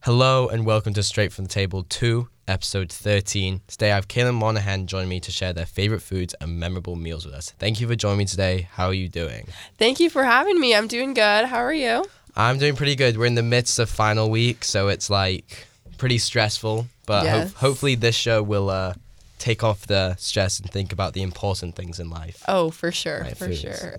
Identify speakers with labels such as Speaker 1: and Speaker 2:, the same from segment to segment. Speaker 1: Hello and welcome to Straight from the Table 2, episode 13. Today I have Kaylin Monahan joining me to share their favorite foods and memorable meals with us. Thank you for joining me today. How are you doing?
Speaker 2: Thank you for having me. I'm doing good. How are you?
Speaker 1: I'm doing pretty good. We're in the midst of final week, so it's like pretty stressful, but ho-
Speaker 2: Yes.
Speaker 1: hopefully this show will uh, take off the stress and think about the important things in life.
Speaker 2: Oh, for sure.
Speaker 1: Right,
Speaker 2: for
Speaker 1: foods,
Speaker 2: sure.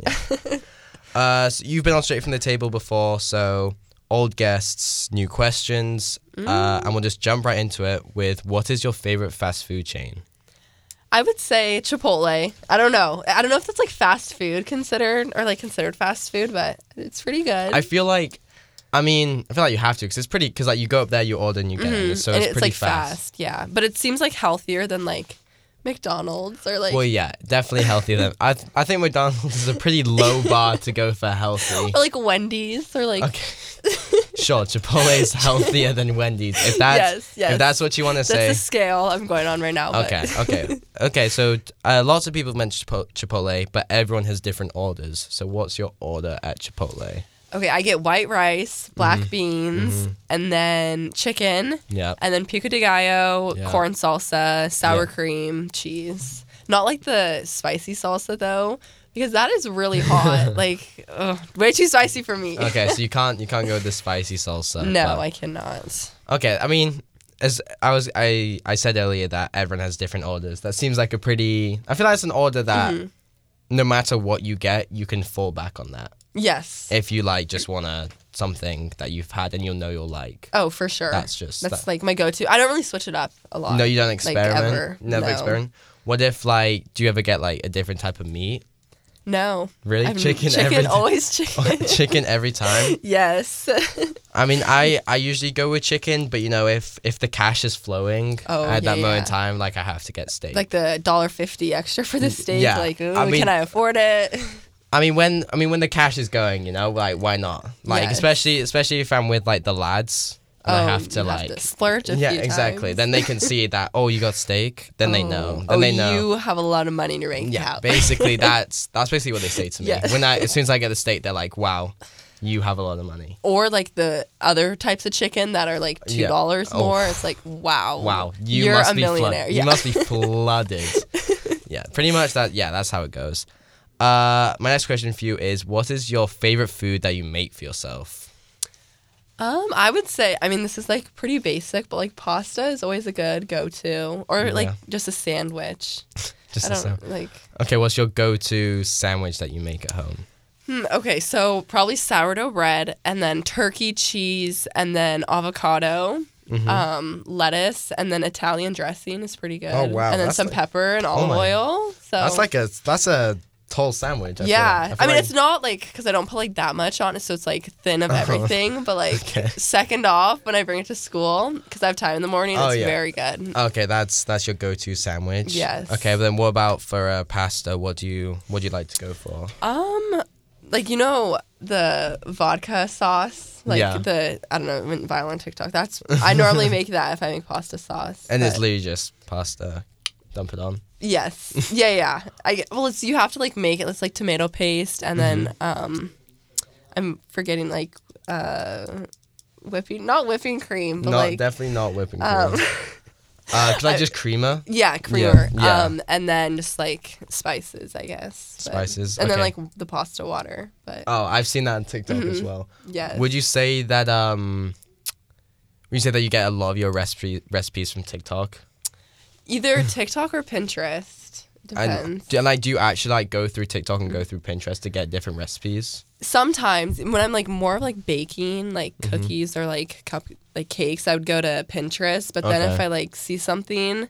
Speaker 1: Uh, so you've been on Straight from the Table before, so old guests, new questions, uh, and we'll just jump right into it with what is your favorite fast food chain?
Speaker 2: I would say Chipotle. I don't know. I don't know if that's like fast food considered or like considered fast food, but it's pretty good.
Speaker 1: I feel like, I mean, I feel like you have to because it's pretty because like you go up there, you order, and you get it, so
Speaker 2: Mm-hmm. and
Speaker 1: it's,
Speaker 2: it's
Speaker 1: pretty
Speaker 2: like fast. Yeah. But it seems like healthier than like McDonald's or like
Speaker 1: Well, yeah, definitely healthier than I. Th- I think McDonald's is a pretty low bar to go for healthy.
Speaker 2: or like Wendy's or like
Speaker 1: Okay. Sure, Chipotle is healthier than Wendy's. If that's
Speaker 2: Yes, yes.
Speaker 1: if that's what you want to
Speaker 2: that's
Speaker 1: say,
Speaker 2: the scale I'm going on right now. but-
Speaker 1: Okay, okay, okay. So uh, lots of people have mentioned Chipo- Chipotle, but everyone has different orders. So what's your order at Chipotle?
Speaker 2: Okay, I get white rice, black
Speaker 1: Mm-hmm.
Speaker 2: beans, and then chicken.
Speaker 1: Yeah.
Speaker 2: Uh, and then pico de gallo,
Speaker 1: Yeah.
Speaker 2: corn salsa,
Speaker 1: Yeah.
Speaker 2: sour cream, cheese. Not like the spicy salsa though, because that is really hot. like, ugh, way too spicy for me.
Speaker 1: Okay, so you can't you can't go with the spicy salsa.
Speaker 2: no,
Speaker 1: but-
Speaker 2: I cannot.
Speaker 1: okay, I mean, as I was I I said earlier that everyone has different orders. That seems like a pretty. I feel like it's an order that.
Speaker 2: Mm-hmm.
Speaker 1: No matter what you get, you can fall back on that.
Speaker 2: Yes.
Speaker 1: If you like, just want to something that you've had and you'll know you'll like.
Speaker 2: oh, for sure.
Speaker 1: That's just
Speaker 2: that's
Speaker 1: that-
Speaker 2: like my go-to. I don't really switch it up a lot.
Speaker 1: No, you don't
Speaker 2: like,
Speaker 1: experiment.
Speaker 2: ever.
Speaker 1: Never
Speaker 2: No.
Speaker 1: experiment. What if like, do you ever get like a different type of meat?
Speaker 2: no.
Speaker 1: Really?
Speaker 2: I've-
Speaker 1: Chicken
Speaker 2: Chicken.
Speaker 1: every-
Speaker 2: always chicken.
Speaker 1: chicken every time.
Speaker 2: yes.
Speaker 1: I mean, I I usually go with chicken, but you know, if if the cash is flowing
Speaker 2: Oh,
Speaker 1: at that
Speaker 2: yeah,
Speaker 1: moment in
Speaker 2: yeah.
Speaker 1: time, like I have to get steak.
Speaker 2: like the dollar fifty extra for the steak.
Speaker 1: yeah.
Speaker 2: Like, ooh,
Speaker 1: I mean-
Speaker 2: can I afford it?
Speaker 1: I mean, when I mean when the cash is going, you know, like why not? Like
Speaker 2: Yes.
Speaker 1: especially especially if I'm with like the lads and I
Speaker 2: Oh,
Speaker 1: have to
Speaker 2: you
Speaker 1: like
Speaker 2: splurge. A
Speaker 1: yeah,
Speaker 2: few
Speaker 1: exactly.
Speaker 2: times.
Speaker 1: Then they can see that oh, you got steak. Then they know. Then
Speaker 2: oh,
Speaker 1: they know.
Speaker 2: you have a lot of money in your bank
Speaker 1: yeah,
Speaker 2: account.
Speaker 1: basically that's that's basically what they say to me.
Speaker 2: Yeah.
Speaker 1: When I as soon as I get the steak, they're like, wow, you have a lot of money.
Speaker 2: or like the other types of chicken that are like two
Speaker 1: Yeah.
Speaker 2: dollars
Speaker 1: Oh.
Speaker 2: more. It's like wow,
Speaker 1: Wow, you
Speaker 2: are
Speaker 1: must
Speaker 2: a
Speaker 1: be
Speaker 2: millionaire.
Speaker 1: flooded.
Speaker 2: yeah.
Speaker 1: You must be flooded. yeah, pretty much that. Yeah, that's how it goes. Uh, my next question for you is: What is your favorite food that you make for yourself?
Speaker 2: um, I would say. I mean, this is like pretty basic, but like pasta is always a good go-to, or like
Speaker 1: Yeah.
Speaker 2: just a sandwich.
Speaker 1: Just
Speaker 2: I
Speaker 1: a
Speaker 2: don't
Speaker 1: sam-
Speaker 2: like.
Speaker 1: okay. What's your go-to sandwich that you make at home?
Speaker 2: Hmm, okay, so probably sourdough bread, and then turkey cheese, and then avocado.
Speaker 1: Mm-hmm.
Speaker 2: Um, lettuce and then Italian dressing is pretty good.
Speaker 1: Oh, wow,
Speaker 2: And then
Speaker 1: that's
Speaker 2: some
Speaker 1: like- Oh,
Speaker 2: pepper and olive
Speaker 1: my-
Speaker 2: oil. So
Speaker 1: a that's a tall sandwich.
Speaker 2: Oh. yeah, I, mean it's not like because I don't put like that much on it, so it's like thin of everything. But like
Speaker 1: Oh. Okay.
Speaker 2: second off, when I bring it to school because I have time in the morning,
Speaker 1: Oh,
Speaker 2: it's
Speaker 1: yeah.
Speaker 2: very good.
Speaker 1: Okay, that's that's your go-to sandwich.
Speaker 2: Yes.
Speaker 1: Okay, but then what about for uh, pasta? What do you what do you like to go for?
Speaker 2: Um, like you know the vodka sauce, like
Speaker 1: Yeah.
Speaker 2: the I don't know, I went viral on TikTok. That's I normally make that if I make pasta sauce.
Speaker 1: and it's
Speaker 2: but-
Speaker 1: literally just pasta. Dump it on.
Speaker 2: yes, yeah, yeah. I get- well, it's you have to like make it. It's like tomato paste, and then
Speaker 1: Mm-hmm.
Speaker 2: um, I'm forgetting like uh, whipping, not whipping cream, but
Speaker 1: not
Speaker 2: like
Speaker 1: definitely not whipping cream.
Speaker 2: um.
Speaker 1: Uh, could I just creamer?
Speaker 2: Yeah, creamer.
Speaker 1: yeah.
Speaker 2: Um, and then just like spices, I guess. But-
Speaker 1: Spices,
Speaker 2: And then
Speaker 1: okay.
Speaker 2: like the pasta water. But
Speaker 1: Oh, I've seen that on TikTok
Speaker 2: Mm-hmm.
Speaker 1: as well.
Speaker 2: yeah.
Speaker 1: Would you say that um, would you say that you get a lot of your recipe recipes from TikTok?
Speaker 2: either TikTok or Pinterest.
Speaker 1: And,
Speaker 2: Depends.
Speaker 1: do- and like, do you actually like go through TikTok and go through Pinterest to get different recipes?
Speaker 2: Sometimes when I'm like more of like baking, like
Speaker 1: Mm-hmm.
Speaker 2: cookies or like cup like cakes, I would go to Pinterest. But then if
Speaker 1: Okay.
Speaker 2: I like see something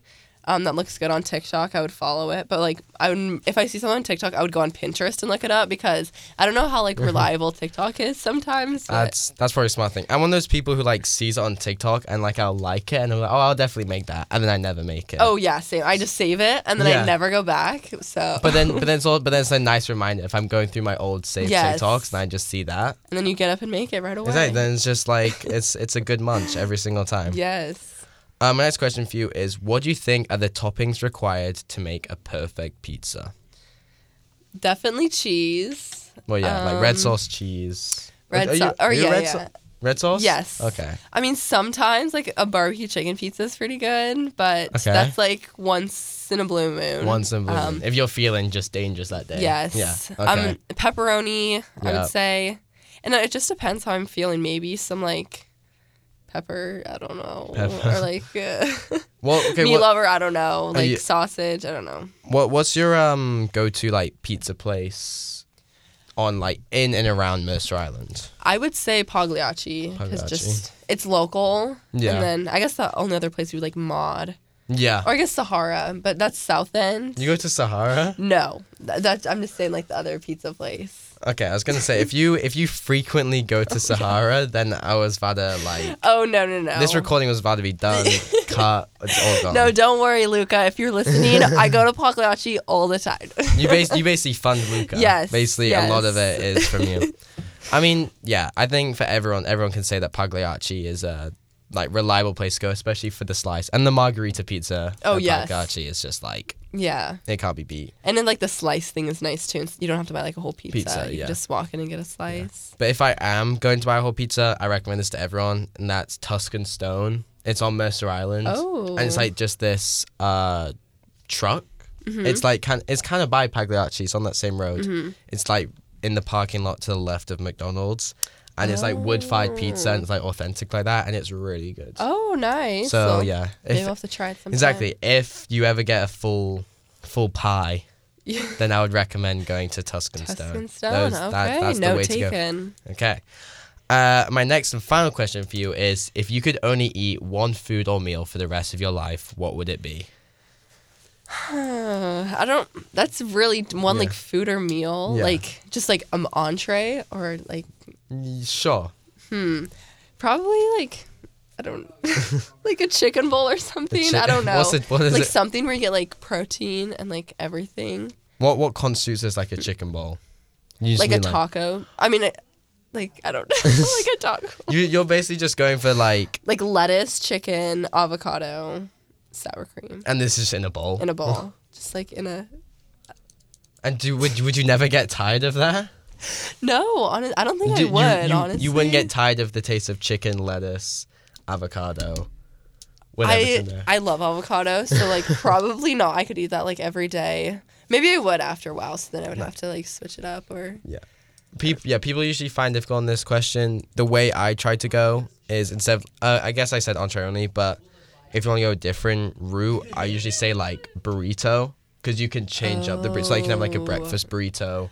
Speaker 2: um, that looks good on TikTok, I would follow it. But like I would if I see something on TikTok, I would go on Pinterest and look it up because I don't know how like
Speaker 1: Mm-hmm.
Speaker 2: reliable TikTok is sometimes. But
Speaker 1: That's that's probably a smart thing. I'm one of those people who like sees it on TikTok and like I'll like it and I'm like, oh, I'll definitely make that, and then I never make it.
Speaker 2: Oh yeah, same. I just save it and then
Speaker 1: Yeah.
Speaker 2: I never go back. So
Speaker 1: But then, but then it's all, but then it's a nice reminder if I'm going through my old saved
Speaker 2: Yes.
Speaker 1: TikToks and I just see that.
Speaker 2: and then you get up and make it right away.
Speaker 1: Exactly. Then it's just like it's it's a good munch every single time.
Speaker 2: Yes.
Speaker 1: Uh, my next question for you is: What do you think are the toppings required to make a perfect pizza?
Speaker 2: Definitely cheese.
Speaker 1: Well, yeah, like red sauce, cheese.
Speaker 2: Red
Speaker 1: Are you-
Speaker 2: sauce. Or
Speaker 1: are you
Speaker 2: oh, yeah,
Speaker 1: red
Speaker 2: yeah.
Speaker 1: sau- Red sauce?
Speaker 2: Yes.
Speaker 1: Okay.
Speaker 2: I mean, sometimes like a barbecue chicken pizza is pretty good, but
Speaker 1: Okay.
Speaker 2: that's like once in a blue moon.
Speaker 1: Once in a blue moon.
Speaker 2: Um,
Speaker 1: if you're feeling just dangerous that day.
Speaker 2: Yes.
Speaker 1: Yeah. Okay.
Speaker 2: Um, pepperoni, I
Speaker 1: Yeah.
Speaker 2: would say, and it just depends how I'm feeling. Maybe some like pepper, I don't know,
Speaker 1: Pepper.
Speaker 2: or like uh,
Speaker 1: well, okay.
Speaker 2: meat
Speaker 1: What,
Speaker 2: lover, I don't know,
Speaker 1: Are
Speaker 2: like
Speaker 1: you-
Speaker 2: sausage, I don't know.
Speaker 1: what what's your um go to like pizza place on like in and around Mercer Island?
Speaker 2: I would say Pagliacci because
Speaker 1: Pagliacci.
Speaker 2: just it's local.
Speaker 1: Yeah.
Speaker 2: And then I guess the only other place would be like Maud
Speaker 1: Yeah.
Speaker 2: or I guess Sahara, but that's South End.
Speaker 1: You go to Sahara?
Speaker 2: no, Th- that's I'm just saying like the other pizza place.
Speaker 1: Okay, I was gonna say if you if you frequently go to Sahara, then I was about to like
Speaker 2: Oh no no no.
Speaker 1: this um, recording was about to be done, cut, it's all gone.
Speaker 2: No, don't worry, Luca. If you're listening, I go to Pagliacci all the time.
Speaker 1: you bas- you basically fund Luca.
Speaker 2: Yes,
Speaker 1: basically a lot of
Speaker 2: yes.
Speaker 1: it is from you. I mean, yeah, I think for everyone, everyone can say that Pagliacci is a like reliable place to go, especially for the slice and the margarita pizza.
Speaker 2: Oh,
Speaker 1: at
Speaker 2: yes.
Speaker 1: Pagliacci is just like
Speaker 2: yeah,
Speaker 1: it can't be beat.
Speaker 2: and then like the slice thing is nice too. You don't have to buy like a whole pizza.
Speaker 1: Pizza,
Speaker 2: you
Speaker 1: yeah.
Speaker 2: can just walk in and get a slice.
Speaker 1: But if I am going to buy a whole pizza, I recommend this to everyone, and that's Tuscan Stone. It's on Mercer Island.
Speaker 2: Oh.
Speaker 1: And it's like just this uh, truck.
Speaker 2: Mm-hmm.
Speaker 1: It's like kind. It's kind of by Pagliacci. It's on that same road. It's like in the parking lot to the left of McDonald's, and it's like wood fired pizza, and it's like authentic like that, and it's really good.
Speaker 2: Oh, nice.
Speaker 1: so
Speaker 2: Well,
Speaker 1: yeah,
Speaker 2: maybe
Speaker 1: if-
Speaker 2: we'll have to try it sometime.
Speaker 1: exactly. If you ever get a full full pie, then I would recommend going to Tuscan, Stone.
Speaker 2: Tuscan Stone.
Speaker 1: Those- that-
Speaker 2: okay,
Speaker 1: that's the
Speaker 2: no
Speaker 1: way to go.
Speaker 2: taken.
Speaker 1: Okay. Uh, my next and final question for you is if you could only eat one food or meal for the rest of your life, what would it be?
Speaker 2: Uh, I don't. That's really one
Speaker 1: Yeah.
Speaker 2: like food or meal,
Speaker 1: Yeah.
Speaker 2: like just like an entree or like
Speaker 1: Sure.
Speaker 2: probably like I don't like a chicken bowl or something.
Speaker 1: chi-
Speaker 2: I don't know.
Speaker 1: What's it- what is
Speaker 2: like
Speaker 1: it?
Speaker 2: something where you get like protein and like everything,
Speaker 1: What what constitutes as like a chicken bowl? You just
Speaker 2: like a
Speaker 1: mean,
Speaker 2: taco. I mean, it- like I don't know, like a taco,
Speaker 1: You you're basically just going for like
Speaker 2: like lettuce, chicken, avocado, sour cream
Speaker 1: and this is in a bowl.
Speaker 2: in a bowl, just like in a.
Speaker 1: And do would you- would you never get tired of that?
Speaker 2: No, honest, I don't think
Speaker 1: Do-
Speaker 2: I
Speaker 1: you-
Speaker 2: would.
Speaker 1: you,
Speaker 2: honestly,
Speaker 1: you wouldn't get tired of the taste of chicken, lettuce, avocado, whatever's in
Speaker 2: I
Speaker 1: there.
Speaker 2: I love avocado, so like probably not. I could eat that like every day. Maybe I would after a while, so then I would have to like switch it up or
Speaker 1: People, yeah, people usually find difficult on this question. The way I try to go is instead of, uh, I guess I said entree only, but if you want to go a different route, I usually say like burrito because you can change up the burrito. So like you can have like a
Speaker 2: Oh.
Speaker 1: breakfast burrito,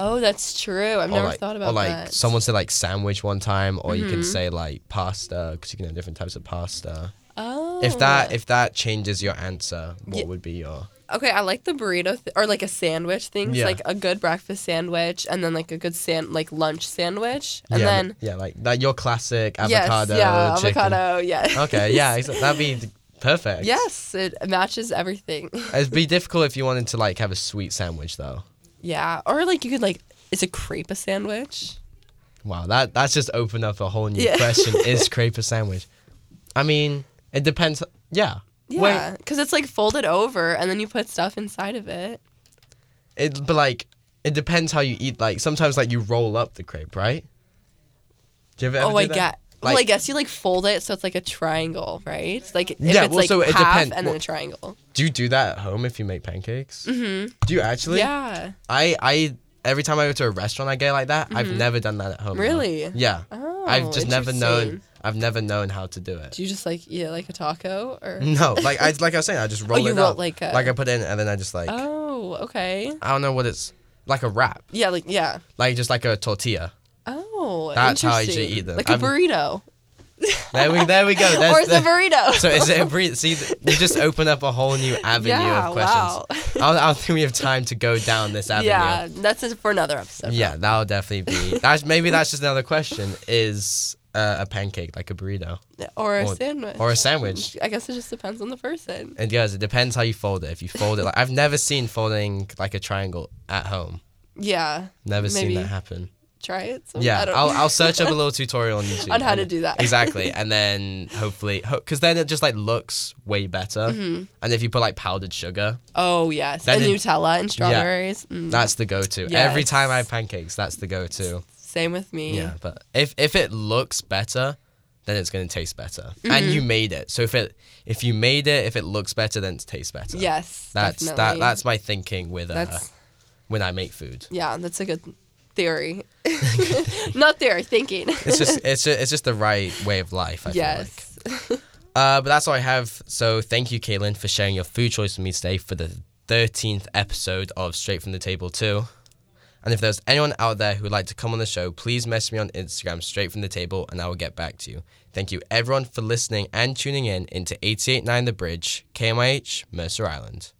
Speaker 2: Oh, that's true. I've
Speaker 1: or
Speaker 2: never
Speaker 1: like,
Speaker 2: thought
Speaker 1: or
Speaker 2: about
Speaker 1: like
Speaker 2: that. Mm-hmm.
Speaker 1: someone said like sandwich one time, or you can say like pasta because you can have different types of pasta.
Speaker 2: oh.
Speaker 1: If that if that changes your answer, what
Speaker 2: Ye-
Speaker 1: would be your?
Speaker 2: Okay, I like the burrito th- or like a sandwich thing. It's
Speaker 1: Yeah.
Speaker 2: Like a good breakfast sandwich and then like a good san- like lunch sandwich and
Speaker 1: yeah,
Speaker 2: then
Speaker 1: yeah, like like your classic avocado.
Speaker 2: yes, yeah,
Speaker 1: chicken.
Speaker 2: avocado, yes.
Speaker 1: Okay, yeah, exa- that'd be perfect.
Speaker 2: Yes, it matches everything.
Speaker 1: It'd be difficult if you wanted to like have a sweet sandwich though.
Speaker 2: yeah, or like you could like is a crepe a sandwich?
Speaker 1: Wow, that that's just opened up a whole new
Speaker 2: Yeah.
Speaker 1: question. Is crepe a sandwich? I mean, it depends. Yeah.
Speaker 2: Yeah, because it's like folded over and then you put stuff inside of it.
Speaker 1: It but like it depends how you eat. Like sometimes like you roll up the crepe, right? Do you ever, ever
Speaker 2: oh, I
Speaker 1: do that?
Speaker 2: get. Well, I
Speaker 1: Like-
Speaker 2: guess you like fold it so it's like a triangle, right? Like if
Speaker 1: Yeah,
Speaker 2: it's
Speaker 1: well,
Speaker 2: like
Speaker 1: so it
Speaker 2: half
Speaker 1: depend-
Speaker 2: and
Speaker 1: well-
Speaker 2: then a triangle.
Speaker 1: Do you do that at home if you make pancakes? Mm-hmm. Do you actually?
Speaker 2: Yeah.
Speaker 1: I I every time I go to a restaurant I get like that. I've never done that at home. though.
Speaker 2: Mm-hmm. Really?
Speaker 1: Yeah.
Speaker 2: Oh,
Speaker 1: I've just never known.
Speaker 2: interesting.
Speaker 1: I've never known how to do it.
Speaker 2: Do you just like eat it like a taco or?
Speaker 1: No, like I like I was saying, I just roll
Speaker 2: Oh, you
Speaker 1: it
Speaker 2: roll
Speaker 1: up,
Speaker 2: like a-
Speaker 1: I put it in, and then I just like
Speaker 2: Oh, okay.
Speaker 1: I don't know what it's like a wrap,
Speaker 2: Yeah, like yeah.
Speaker 1: like just like a tortilla.
Speaker 2: Oh,
Speaker 1: That's how I
Speaker 2: interesting.
Speaker 1: usually eat them.
Speaker 2: Like a
Speaker 1: I'm-
Speaker 2: burrito,
Speaker 1: There we there we go. There's
Speaker 2: or is
Speaker 1: the-
Speaker 2: it burrito?
Speaker 1: so is it a burrito? See, you just open up a whole new avenue
Speaker 2: Yeah,
Speaker 1: of questions. Wow. I, don't, I don't think we have time to go down this avenue.
Speaker 2: yeah, that's it for another episode.
Speaker 1: Yeah, that'll definitely be. That's maybe that's just another question. Is uh, a pancake like a burrito
Speaker 2: Or a
Speaker 1: Or-
Speaker 2: sandwich.
Speaker 1: or a sandwich?
Speaker 2: I guess it just depends on the person.
Speaker 1: And guys, it depends how you fold it. If you fold it, like I've never seen folding like a triangle at home.
Speaker 2: Yeah.
Speaker 1: Never seen
Speaker 2: Maybe
Speaker 1: that happen.
Speaker 2: Try it. some-
Speaker 1: Yeah,
Speaker 2: I don't
Speaker 1: I'll, I'll search up a little tutorial on YouTube
Speaker 2: On how to
Speaker 1: and-
Speaker 2: do that.
Speaker 1: exactly, and then hopefully, because then it just like looks way better.
Speaker 2: Mm-hmm.
Speaker 1: And if you put like powdered sugar,
Speaker 2: Oh yes,
Speaker 1: That
Speaker 2: and
Speaker 1: did-
Speaker 2: Nutella and strawberries. Mm.
Speaker 1: that's the go-to. Every time I
Speaker 2: Yes.
Speaker 1: have pancakes, that's the go-to.
Speaker 2: Same with me.
Speaker 1: Yeah, but if if it looks better, then it's gonna taste better, and you
Speaker 2: Mm-hmm.
Speaker 1: made it. So if it if you made it, if it looks better, then it tastes better.
Speaker 2: Yes.
Speaker 1: that's that
Speaker 2: definitely.
Speaker 1: that's my thinking with uh,
Speaker 2: That's-
Speaker 1: when I make food.
Speaker 2: yeah. That's a good theory. Not theory, thinking.
Speaker 1: It's just it's just, it's just the right way of life. I feel like.
Speaker 2: yes.
Speaker 1: Uh, but that's all I have. So thank you, Caitlin, for sharing your food choice with me today for the 13th episode of Straight from the Table 2. And if there's anyone out there who would like to come on the show, please message me on Instagram, Straight from the Table, and I will get back to you. Thank you, everyone, for listening and tuning in into 889 The Bridge, KMIH, Mercer Island.